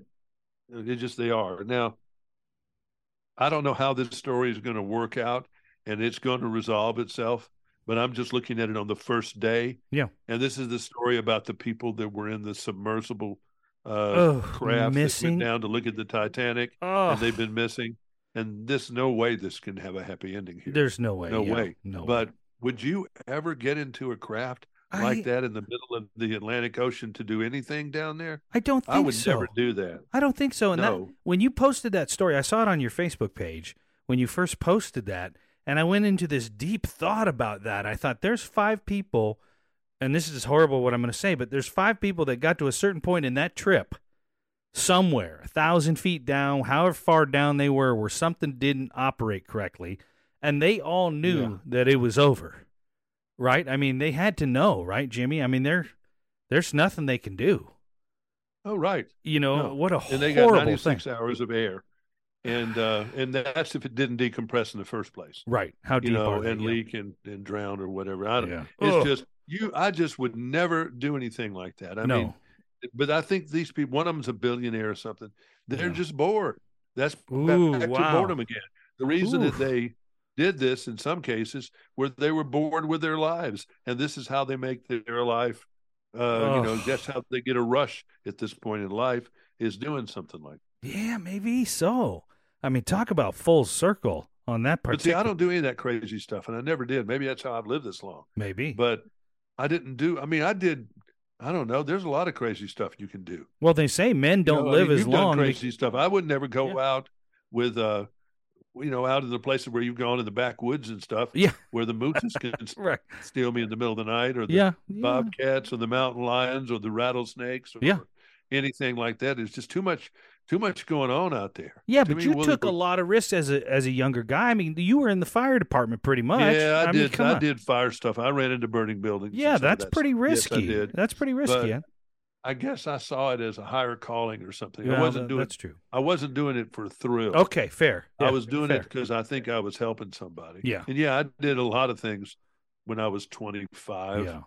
Speaker 2: it just they are now. I don't know how this story is going to work out, and it's going to resolve itself. But I'm just looking at it on the first day.
Speaker 1: Yeah.
Speaker 2: and this is the story about the people that were in the submersible
Speaker 1: that
Speaker 2: uh,
Speaker 1: oh
Speaker 2: craft that
Speaker 1: missing
Speaker 2: went down to look at the Titanic
Speaker 1: oh
Speaker 2: and they've been missing. And this, no way, this can have a happy ending here.
Speaker 1: there's no way
Speaker 2: No
Speaker 1: yeah,
Speaker 2: way.
Speaker 1: no
Speaker 2: But would you ever get into a craft
Speaker 1: I,
Speaker 2: like that in the middle of the Atlantic Ocean to do anything down there?
Speaker 1: i don't think
Speaker 2: I would
Speaker 1: so
Speaker 2: never do that.
Speaker 1: i don't think so and that,
Speaker 2: No,
Speaker 1: when you posted that story, I saw it on your Facebook page when you first posted that, and I went into this deep thought about that. I thought there's five people, and this is horrible what I'm going to say, but there's five people that got to a certain point in that trip somewhere, a thousand feet down, however far down they were, where something didn't operate correctly, and they all knew
Speaker 2: Yeah.
Speaker 1: that it was over. Right? I mean, they had to know, right, Jimmy? I mean, there, there's nothing they can do.
Speaker 2: oh right,
Speaker 1: You know
Speaker 2: No.
Speaker 1: what a
Speaker 2: and they got
Speaker 1: horrible thing.
Speaker 2: ninety-six hours of air, and uh, and that's if it didn't decompress in the first place,
Speaker 1: Right? How deep
Speaker 2: you know,
Speaker 1: are they?
Speaker 2: and
Speaker 1: Yeah.
Speaker 2: leak and, and drown or whatever. I don't.
Speaker 1: Yeah.
Speaker 2: It's
Speaker 1: Ugh.
Speaker 2: just you. I just would never do anything like that. I
Speaker 1: no.
Speaker 2: mean, but I think these people, one of them's a billionaire or something. They're
Speaker 1: Yeah.
Speaker 2: just bored. That's back
Speaker 1: Ooh,
Speaker 2: to
Speaker 1: wow.
Speaker 2: boredom again. The reason
Speaker 1: Oof.
Speaker 2: that they did this in some cases where they were bored with their lives, and this is how they make their life. Uh, You know,
Speaker 1: Ugh.
Speaker 2: that's how they get a rush at this point in life is doing something like. That.
Speaker 1: yeah, maybe so. I mean, talk about full circle on that part.
Speaker 2: But see, I don't do any of that crazy stuff, and I never did. Maybe that's how I've lived this long.
Speaker 1: Maybe.
Speaker 2: But I didn't do. I mean, I did. I don't know. There's a lot of crazy stuff you can do.
Speaker 1: Well, they say men don't
Speaker 2: You know, I mean,
Speaker 1: live as
Speaker 2: you've
Speaker 1: long.
Speaker 2: Done crazy stuff. I would never go out with uh, you know, out in the places where you've gone in the backwoods and stuff.
Speaker 1: Yeah.
Speaker 2: where the mooses can
Speaker 1: be- right?
Speaker 2: steal me in the middle of the night, or the
Speaker 1: Yeah. yeah.
Speaker 2: bobcats, or the mountain lions, or the rattlesnakes, or
Speaker 1: Yeah.
Speaker 2: anything like that. It's just too much, too much going on out there.
Speaker 1: Yeah,
Speaker 2: To
Speaker 1: but
Speaker 2: me,
Speaker 1: you
Speaker 2: Willie
Speaker 1: took a
Speaker 2: was-
Speaker 1: lot of risks as a as a younger guy. I mean, you were in the fire department pretty much.
Speaker 2: Yeah, I,
Speaker 1: mean,
Speaker 2: did.
Speaker 1: come
Speaker 2: I
Speaker 1: on.
Speaker 2: did fire stuff. I ran into burning buildings. and
Speaker 1: Yeah,
Speaker 2: some of
Speaker 1: that's
Speaker 2: that
Speaker 1: pretty
Speaker 2: stuff. Yes, I
Speaker 1: risky.
Speaker 2: did.
Speaker 1: that's pretty risky. yeah.
Speaker 2: I guess I saw it as a higher calling or something.
Speaker 1: Yeah,
Speaker 2: I wasn't
Speaker 1: tha-
Speaker 2: doing.
Speaker 1: That's true.
Speaker 2: I wasn't doing it for thrill.
Speaker 1: Okay, fair.
Speaker 2: I
Speaker 1: Yeah,
Speaker 2: was doing
Speaker 1: fair.
Speaker 2: it because I think I was helping somebody.
Speaker 1: Yeah.
Speaker 2: And yeah, I did a lot of things when I was 25
Speaker 1: Yeah,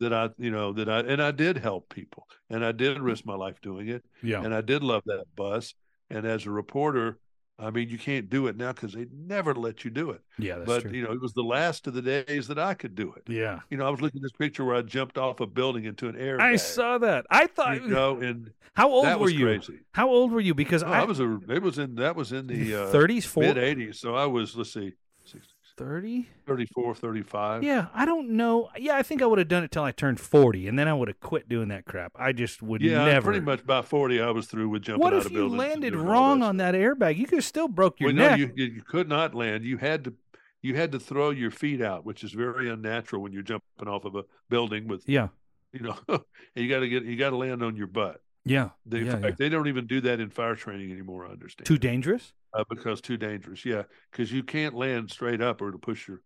Speaker 2: that I, you know, that I, and I did help people and I did risk my life doing it.
Speaker 1: yeah,
Speaker 2: And I did love that bus. And as a reporter, I mean, you can't do it now because they never let you do it.
Speaker 1: yeah. That's
Speaker 2: but,
Speaker 1: true.
Speaker 2: you know, it was the last of the days that I could do it.
Speaker 1: yeah,
Speaker 2: You know, I was looking at this picture where I jumped off a building into an air.
Speaker 1: I saw that. I thought.
Speaker 2: you know, and
Speaker 1: how
Speaker 2: that
Speaker 1: old were
Speaker 2: was
Speaker 1: you?
Speaker 2: crazy.
Speaker 1: How old were you? Because
Speaker 2: No,
Speaker 1: I,
Speaker 2: Oh, I was a, it was in, that was in the uh,
Speaker 1: thirties,
Speaker 2: mid
Speaker 1: forty,
Speaker 2: 80s. So I was, let's see, six-
Speaker 1: thirty.
Speaker 2: 34, 35.
Speaker 1: Yeah, I don't know. Yeah, I think I would have done it till I turned forty, and then I would have quit doing that crap. I just would
Speaker 2: Yeah,
Speaker 1: never.
Speaker 2: pretty much by 40, I was through with jumping
Speaker 1: what
Speaker 2: out
Speaker 1: if
Speaker 2: of
Speaker 1: you
Speaker 2: buildings. and
Speaker 1: landed
Speaker 2: doing all
Speaker 1: wrong
Speaker 2: that
Speaker 1: on
Speaker 2: stuff.
Speaker 1: that airbag? You could have still broke your
Speaker 2: Well,
Speaker 1: neck.
Speaker 2: no, you, you you could not land. You had to you had to throw your feet out, which is very unnatural when you're jumping off of a building with
Speaker 1: yeah,
Speaker 2: you know and you got to get you got to land on your butt.
Speaker 1: yeah.
Speaker 2: They, in
Speaker 1: Yeah,
Speaker 2: fact,
Speaker 1: yeah.
Speaker 2: they don't even do that in fire training anymore. I understand
Speaker 1: Too dangerous.
Speaker 2: uh, because too dangerous. Yeah, because you can't land straight up or to push your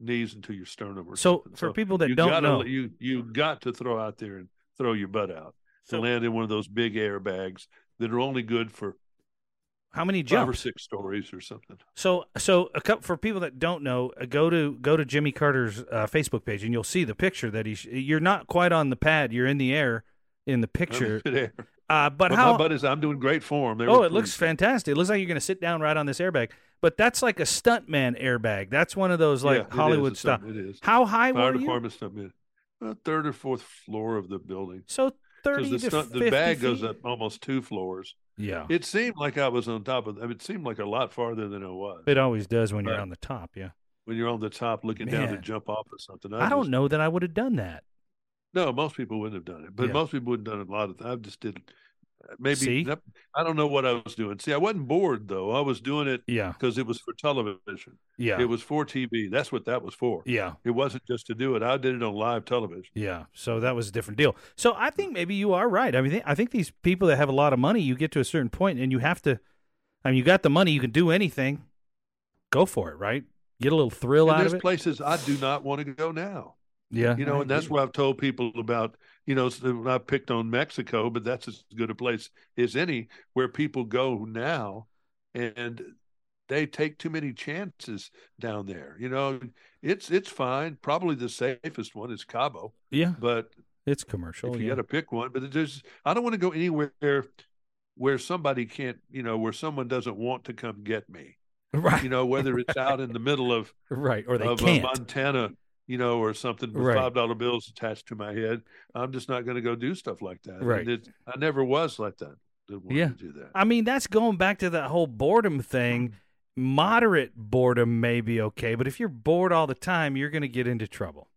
Speaker 2: knees into your sternum. Or
Speaker 1: So
Speaker 2: something.
Speaker 1: for people that
Speaker 2: you
Speaker 1: don't
Speaker 2: gotta,
Speaker 1: know,
Speaker 2: you you got to throw out there and throw your butt out
Speaker 1: So-
Speaker 2: to land in one of those big airbags that are only good for
Speaker 1: how many
Speaker 2: five or
Speaker 1: jumps?
Speaker 2: six stories or something.
Speaker 1: So, so a couple for people that don't know, uh, go to go to Jimmy Carter's uh, Facebook page, and you'll see the picture that he's. You're not quite on the pad; you're in the air in the
Speaker 2: I'm
Speaker 1: picture.
Speaker 2: in there.
Speaker 1: Uh, but,
Speaker 2: But my
Speaker 1: how?
Speaker 2: buddies, I'm doing great form. They
Speaker 1: oh,
Speaker 2: were
Speaker 1: it looks
Speaker 2: pleased.
Speaker 1: fantastic! It looks like you're going to sit down right on this airbag. But that's like a stuntman airbag. That's one of those like
Speaker 2: Yeah, it is.
Speaker 1: Hollywood
Speaker 2: It's
Speaker 1: stuff.
Speaker 2: something- It is.
Speaker 1: How high
Speaker 2: Fire
Speaker 1: were you?
Speaker 2: department stuff. Yeah. Uh, third or fourth floor of the building.
Speaker 1: So thirty
Speaker 2: Because the,
Speaker 1: to
Speaker 2: stunt-
Speaker 1: fifty
Speaker 2: the bag goes
Speaker 1: feet?
Speaker 2: up almost two floors.
Speaker 1: Yeah,
Speaker 2: It seemed like I was on top of. I mean, it seemed like a lot farther than it was.
Speaker 1: it always does when you're
Speaker 2: Right.
Speaker 1: on the top. Yeah,
Speaker 2: when you're on the top looking down to
Speaker 1: Man.
Speaker 2: jump off of something.
Speaker 1: I, don't
Speaker 2: just-
Speaker 1: know that I would have done that.
Speaker 2: No, most people wouldn't have done it, but
Speaker 1: Yeah.
Speaker 2: most people wouldn't have done a lot of. I just didn't. uh, Maybe
Speaker 1: See?
Speaker 2: nope, I don't know what I was doing. See, I wasn't bored though. I was doing it
Speaker 1: Yeah,
Speaker 2: because it was for television.
Speaker 1: yeah,
Speaker 2: It was for TV. That's what that was for.
Speaker 1: yeah.
Speaker 2: It wasn't just to do it. I did it on live television.
Speaker 1: Yeah, so that was a different deal. So I think maybe you are right. I mean, I think these people that have a lot of money, you get to a certain point and you have to. I mean, you got the money, you can do anything. Go for it, right? Get a little thrill
Speaker 2: And
Speaker 1: out
Speaker 2: there's
Speaker 1: of it.
Speaker 2: places I do not want to go now.
Speaker 1: yeah,
Speaker 2: You know, and that's
Speaker 1: why
Speaker 2: where I've told people about. You know, so I picked on Mexico, but that's as good a place as any where people go now, and they take too many chances down there. You know, it's it's fine. Probably the safest one is Cabo,
Speaker 1: yeah,
Speaker 2: but
Speaker 1: it's commercial.
Speaker 2: if you
Speaker 1: Oh, yeah.
Speaker 2: got to pick one, but there's I don't want to go anywhere where somebody can't. You know, where someone doesn't want to come get me.
Speaker 1: right,
Speaker 2: You know, whether it's out in the middle of
Speaker 1: right, or they
Speaker 2: of uh,
Speaker 1: can't.
Speaker 2: Montana, you know, or something with
Speaker 1: Right.
Speaker 2: five dollar bills attached to my head. I'm just not going to go do stuff like that. And
Speaker 1: Right.
Speaker 2: it- I never was like that. Didn't want
Speaker 1: Yeah.
Speaker 2: to do that.
Speaker 1: I mean, that's going back to that whole boredom thing. Moderate boredom may be okay, but if you're bored all the time, you're going to get into trouble.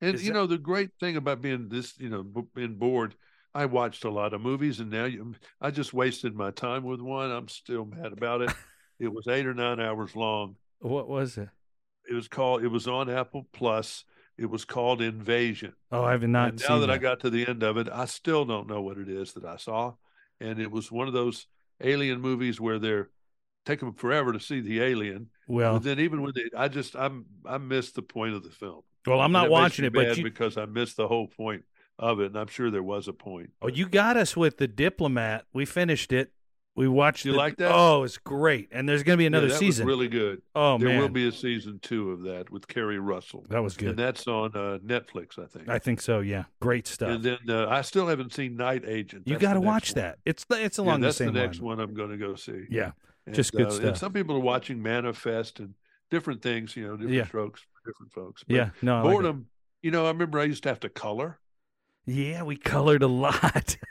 Speaker 2: And
Speaker 1: Is
Speaker 2: you
Speaker 1: that-
Speaker 2: know, the great thing about being this, you know, b- being bored. I watched a lot of movies, and now you, I just wasted my time with one. I'm still mad about it. it was eight or nine hours long.
Speaker 1: What was it?
Speaker 2: It was called. It was on Apple Plus. It was called Invasion.
Speaker 1: Oh, I have not
Speaker 2: and now
Speaker 1: seen
Speaker 2: that,
Speaker 1: that.
Speaker 2: I got to the end of it, I still don't know what it is that I saw. And it was one of those alien movies where they're taking them forever to see the alien.
Speaker 1: well,
Speaker 2: But then even when they, I just I'm I missed the point of the film.
Speaker 1: well, I'm
Speaker 2: And
Speaker 1: not
Speaker 2: that makes
Speaker 1: watching
Speaker 2: me
Speaker 1: it, but
Speaker 2: bad
Speaker 1: you,
Speaker 2: because I missed the whole point of it, and I'm sure there was a point.
Speaker 1: Oh, you got us with the diplomat. We finished it. We watched
Speaker 2: You
Speaker 1: it.
Speaker 2: like that?
Speaker 1: Oh, it's great. And there's going to be
Speaker 2: Yeah,
Speaker 1: another
Speaker 2: that was
Speaker 1: season.
Speaker 2: really good.
Speaker 1: oh
Speaker 2: there
Speaker 1: man,
Speaker 2: will be a season two of that with Kerry Russell,
Speaker 1: that was
Speaker 2: and
Speaker 1: good.
Speaker 2: that's on uh, Netflix, I think.
Speaker 1: I think so. Yeah, great stuff.
Speaker 2: and then uh, I still haven't seen Night Agent.
Speaker 1: you
Speaker 2: That's the
Speaker 1: got to
Speaker 2: next
Speaker 1: watch
Speaker 2: one.
Speaker 1: that. It's it's
Speaker 2: Yeah,
Speaker 1: along the
Speaker 2: that's
Speaker 1: same
Speaker 2: the next
Speaker 1: line.
Speaker 2: one I'm going to go see.
Speaker 1: Yeah,
Speaker 2: And,
Speaker 1: Just good
Speaker 2: uh,
Speaker 1: stuff.
Speaker 2: And some people are watching Manifest and different things, you know, different
Speaker 1: Yeah.
Speaker 2: strokes for different folks. But
Speaker 1: yeah. No, I like it.
Speaker 2: Boredom, you know, I remember I used to have to color.
Speaker 1: yeah, we colored a lot.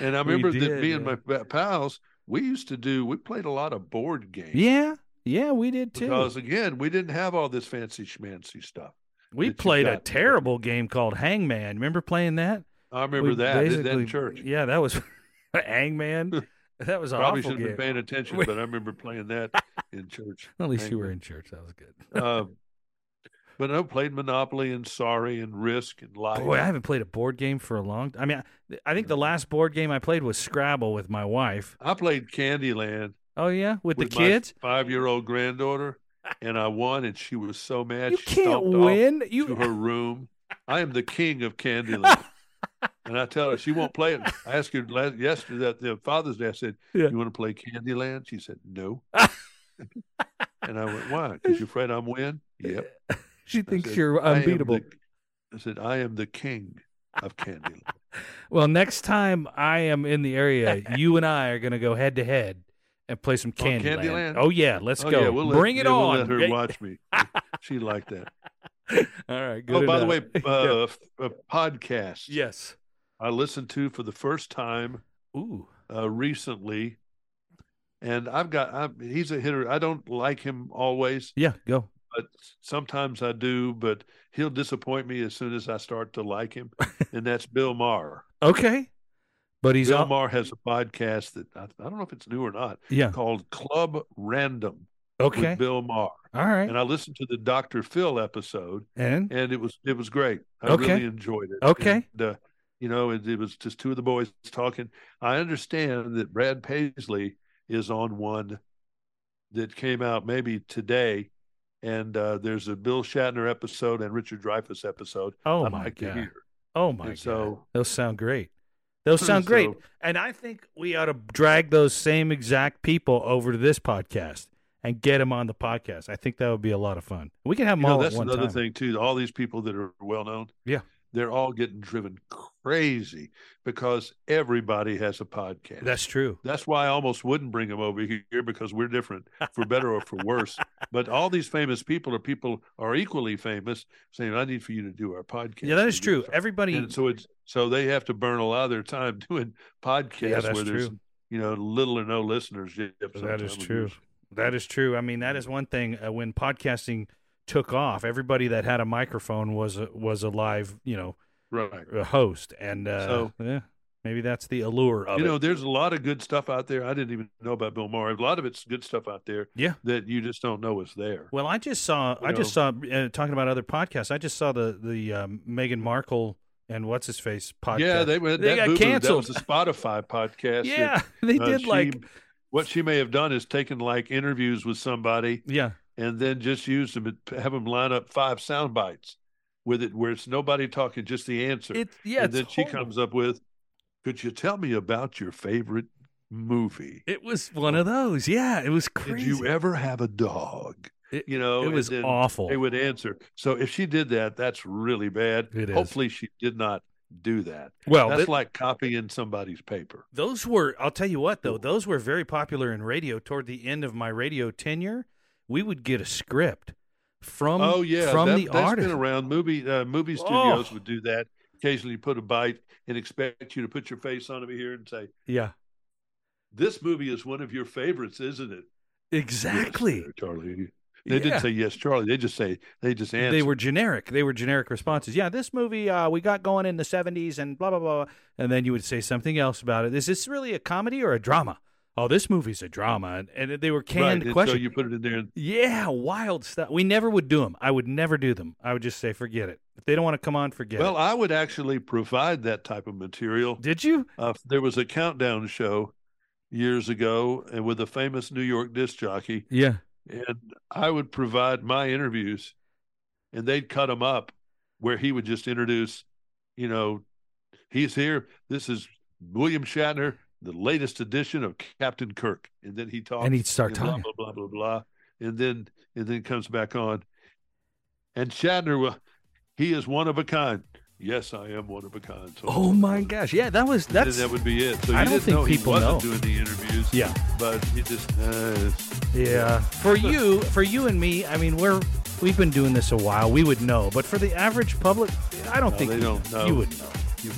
Speaker 2: And I
Speaker 1: We
Speaker 2: remember that
Speaker 1: did,
Speaker 2: me
Speaker 1: yeah.
Speaker 2: and my pals, we used to do, we played a lot of board games.
Speaker 1: yeah, yeah, we did too.
Speaker 2: Because again, we didn't have all this fancy schmancy stuff.
Speaker 1: we
Speaker 2: that you
Speaker 1: played a
Speaker 2: got.
Speaker 1: terrible game called Hangman. Remember playing that?
Speaker 2: I remember
Speaker 1: We
Speaker 2: that at
Speaker 1: basically-
Speaker 2: that church.
Speaker 1: Yeah, that was Angman. That was an
Speaker 2: Probably
Speaker 1: awful
Speaker 2: should have been
Speaker 1: game.
Speaker 2: paying attention,
Speaker 1: We-
Speaker 2: but I remember playing that in church.
Speaker 1: At least you
Speaker 2: Hangman.
Speaker 1: were in church. That was good.
Speaker 2: Um, but I played Monopoly and Sorry and Risk and Life.
Speaker 1: Boy, I haven't played a board game for a long. I mean, I, I think the last board game I played was Scrabble with my wife.
Speaker 2: I played Candyland
Speaker 1: Oh yeah, with,
Speaker 2: with
Speaker 1: the
Speaker 2: my
Speaker 1: kids.
Speaker 2: five-year-old granddaughter, and I won, and she was so mad.
Speaker 1: You
Speaker 2: she
Speaker 1: can't
Speaker 2: stomped off
Speaker 1: win.
Speaker 2: to
Speaker 1: You
Speaker 2: her room. I am the king of Candyland. and I tell her she won't play it. I asked her last, yesterday at the Father's Day. I said,
Speaker 1: Yeah.
Speaker 2: "You want to play Candyland?" She said, "No." and I went, "Why? Because you're afraid I'm win?" Yep.
Speaker 1: she thinks
Speaker 2: said,
Speaker 1: you're
Speaker 2: I am the-
Speaker 1: unbeatable.
Speaker 2: I said, "I am the king of Candyland."
Speaker 1: Well, next time I am in the area, you and I are going to go head to head and play some
Speaker 2: On
Speaker 1: Candyland.
Speaker 2: Candyland?
Speaker 1: Oh yeah, let's
Speaker 2: Oh,
Speaker 1: go.
Speaker 2: yeah, we'll let-
Speaker 1: Bring it
Speaker 2: yeah,
Speaker 1: on.
Speaker 2: We'll let her
Speaker 1: Yeah.
Speaker 2: watch me. She liked that.
Speaker 1: All right. Good
Speaker 2: oh, by the way,
Speaker 1: enough. Yeah.
Speaker 2: uh, f- a podcast
Speaker 1: yes.
Speaker 2: I listened to for the first time
Speaker 1: Ooh.
Speaker 2: uh, recently, and I've got I'm, he's a hitter. I don't like him always,
Speaker 1: Yeah. Go.
Speaker 2: but sometimes I do. But he'll disappoint me as soon as I start to like him, and that's Bill Maher.
Speaker 1: Okay. But he's
Speaker 2: Bill
Speaker 1: all,
Speaker 2: Maher has a podcast that I, I don't know if it's new or not
Speaker 1: yeah.
Speaker 2: called Club Random
Speaker 1: Okay.
Speaker 2: with Bill Maher,
Speaker 1: all right.
Speaker 2: and I listened to the Doctor Phil episode.
Speaker 1: And
Speaker 2: and it was it was great. I
Speaker 1: Okay.
Speaker 2: really enjoyed it.
Speaker 1: Okay.
Speaker 2: And, uh, you know, it, it was just two of the boys talking. I understand that Brad Paisley is on one that came out maybe today, and uh, there's a Bill Shatner episode and Richard Dreyfuss episode.
Speaker 1: oh
Speaker 2: I'd
Speaker 1: my
Speaker 2: like
Speaker 1: god.
Speaker 2: to hear.
Speaker 1: Oh my
Speaker 2: And
Speaker 1: god.
Speaker 2: so-
Speaker 1: Those sound great. Those sound great.
Speaker 2: So-
Speaker 1: And I think we ought to drag those same exact people over to this podcast and get them on the podcast. I think that would be a lot of fun. We can have
Speaker 2: You
Speaker 1: them
Speaker 2: know,
Speaker 1: all
Speaker 2: that's
Speaker 1: at one
Speaker 2: another
Speaker 1: time.
Speaker 2: thing too. All these people that are well known,
Speaker 1: Yeah.
Speaker 2: they're all getting driven crazy because everybody has a podcast.
Speaker 1: That's true.
Speaker 2: That's why I almost wouldn't bring them over here because we're different, for better or for worse. But all these famous people are people are equally famous, saying, "I need for you to do our podcast."
Speaker 1: Yeah, that is
Speaker 2: and do
Speaker 1: true.
Speaker 2: something."
Speaker 1: Everybody.
Speaker 2: And so it's so they have to burn a lot of their time doing podcasts
Speaker 1: yeah, that's
Speaker 2: where there's
Speaker 1: true.
Speaker 2: you know little or no listeners. yet
Speaker 1: That is
Speaker 2: sometimes.
Speaker 1: true. That is true. I mean, that is one thing. Uh, when podcasting took off, everybody that had a microphone was a, was a live, you know,
Speaker 2: right.
Speaker 1: a host, and uh,
Speaker 2: So-
Speaker 1: yeah, maybe that's the allure of
Speaker 2: You
Speaker 1: it.
Speaker 2: know, there's a lot of good stuff out there. I didn't even know about Bill Maher. A lot of it's good stuff out there.
Speaker 1: Yeah.
Speaker 2: that you just don't know is there.
Speaker 1: well, I just saw. I
Speaker 2: You
Speaker 1: just saw uh, talking about other podcasts. I just saw the the um, Meghan Markle and what's his face podcast.
Speaker 2: Yeah, they went.
Speaker 1: They
Speaker 2: that
Speaker 1: got
Speaker 2: boo-boo,
Speaker 1: canceled.
Speaker 2: That was a Spotify podcast. that
Speaker 1: yeah, they
Speaker 2: Uh,
Speaker 1: did
Speaker 2: she-
Speaker 1: like
Speaker 2: what she may have done is taken like interviews with somebody
Speaker 1: yeah.
Speaker 2: and then just used them and have them line up five sound bites with it where it's nobody talking just the answer
Speaker 1: It's yeah.
Speaker 2: and
Speaker 1: it's
Speaker 2: then she
Speaker 1: horrible.
Speaker 2: comes up with could you tell me about your favorite movie
Speaker 1: It was one of those. Yeah, it was
Speaker 2: did
Speaker 1: crazy.
Speaker 2: you ever have a dog
Speaker 1: It-
Speaker 2: you know
Speaker 1: it
Speaker 2: and
Speaker 1: was
Speaker 2: then
Speaker 1: awful.
Speaker 2: they would answer so if she did that that's really bad
Speaker 1: It is.
Speaker 2: hopefully she did not do that
Speaker 1: well,
Speaker 2: that's
Speaker 1: it-
Speaker 2: like copying somebody's paper
Speaker 1: Those were, I'll tell you what, though, those were very popular in radio toward the end of my radio tenure. We would get a script from
Speaker 2: oh yeah,
Speaker 1: from
Speaker 2: that,
Speaker 1: the
Speaker 2: that's
Speaker 1: artist.
Speaker 2: been around. Movie uh, movie
Speaker 1: Oh.
Speaker 2: studios would do that. Occasionally, put a bite and expect you to put your face on over here and say,
Speaker 1: Yeah,
Speaker 2: "This movie is one of your favorites, isn't it?" "Yes,
Speaker 1: exactly.
Speaker 2: sir, Charlie. They didn't
Speaker 1: Yeah.
Speaker 2: say yes, Charlie. They just say they just answered.
Speaker 1: They were generic. They were generic responses. Yeah, this movie uh, we got going in the 70s and blah, blah, blah. blah. And then you would say something else about it. Is this really a comedy or a drama? Oh, this movie's a drama. And, and they were
Speaker 2: right.
Speaker 1: canned
Speaker 2: and
Speaker 1: questions.
Speaker 2: So you put it in there. And,
Speaker 1: yeah, wild stuff. We never would do them. I would never do them. I would just say, forget it. If they don't want to come on, forget
Speaker 2: well,
Speaker 1: it.
Speaker 2: I would actually provide that type of material.
Speaker 1: Did you?
Speaker 2: Uh, there was a countdown show years ago, and with a famous New York disc jockey,
Speaker 1: Yeah.
Speaker 2: and I would provide my interviews, and they'd cut them up where he would just introduce, you know, he's here. This is William Shatner, the latest edition of Captain Kirk, and then he talks
Speaker 1: And he'd start
Speaker 2: and blah,
Speaker 1: talking.
Speaker 2: blah blah blah blah, and then and then comes back on, and Shatner will, he is one of a kind. Yes, I am one of a kind. So
Speaker 1: Oh my gosh! Yeah, that was
Speaker 2: And
Speaker 1: that's
Speaker 2: that would be it. So
Speaker 1: I
Speaker 2: you
Speaker 1: don't
Speaker 2: didn't
Speaker 1: think
Speaker 2: know he
Speaker 1: people
Speaker 2: wasn't
Speaker 1: know.
Speaker 2: doing the interviews.
Speaker 1: Yeah.
Speaker 2: but he just uh,
Speaker 1: yeah. For you, for you and me, I mean, we're we've been doing this a while. We would know, but for the average public, I don't
Speaker 2: No,
Speaker 1: think
Speaker 2: they
Speaker 1: you
Speaker 2: don't know.
Speaker 1: You would know.
Speaker 2: you-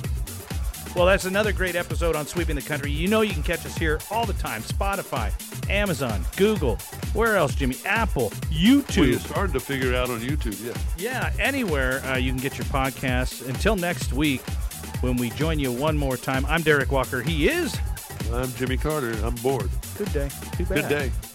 Speaker 1: Well, that's another great episode on sweeping the country. You know, you can catch us here all the time: Spotify, Amazon, Google. Where else, Jimmy? Apple,
Speaker 2: well, you're
Speaker 1: YouTube.
Speaker 2: starting to figure it out on YouTube. Yeah.
Speaker 1: Yeah, anywhere uh, you can get your podcasts. Until next week, when we join you one more time. I'm Derek Walker. He is.
Speaker 2: I'm Jimmy Carter. I'm bored.
Speaker 1: Good day. Too bad.
Speaker 2: Good day.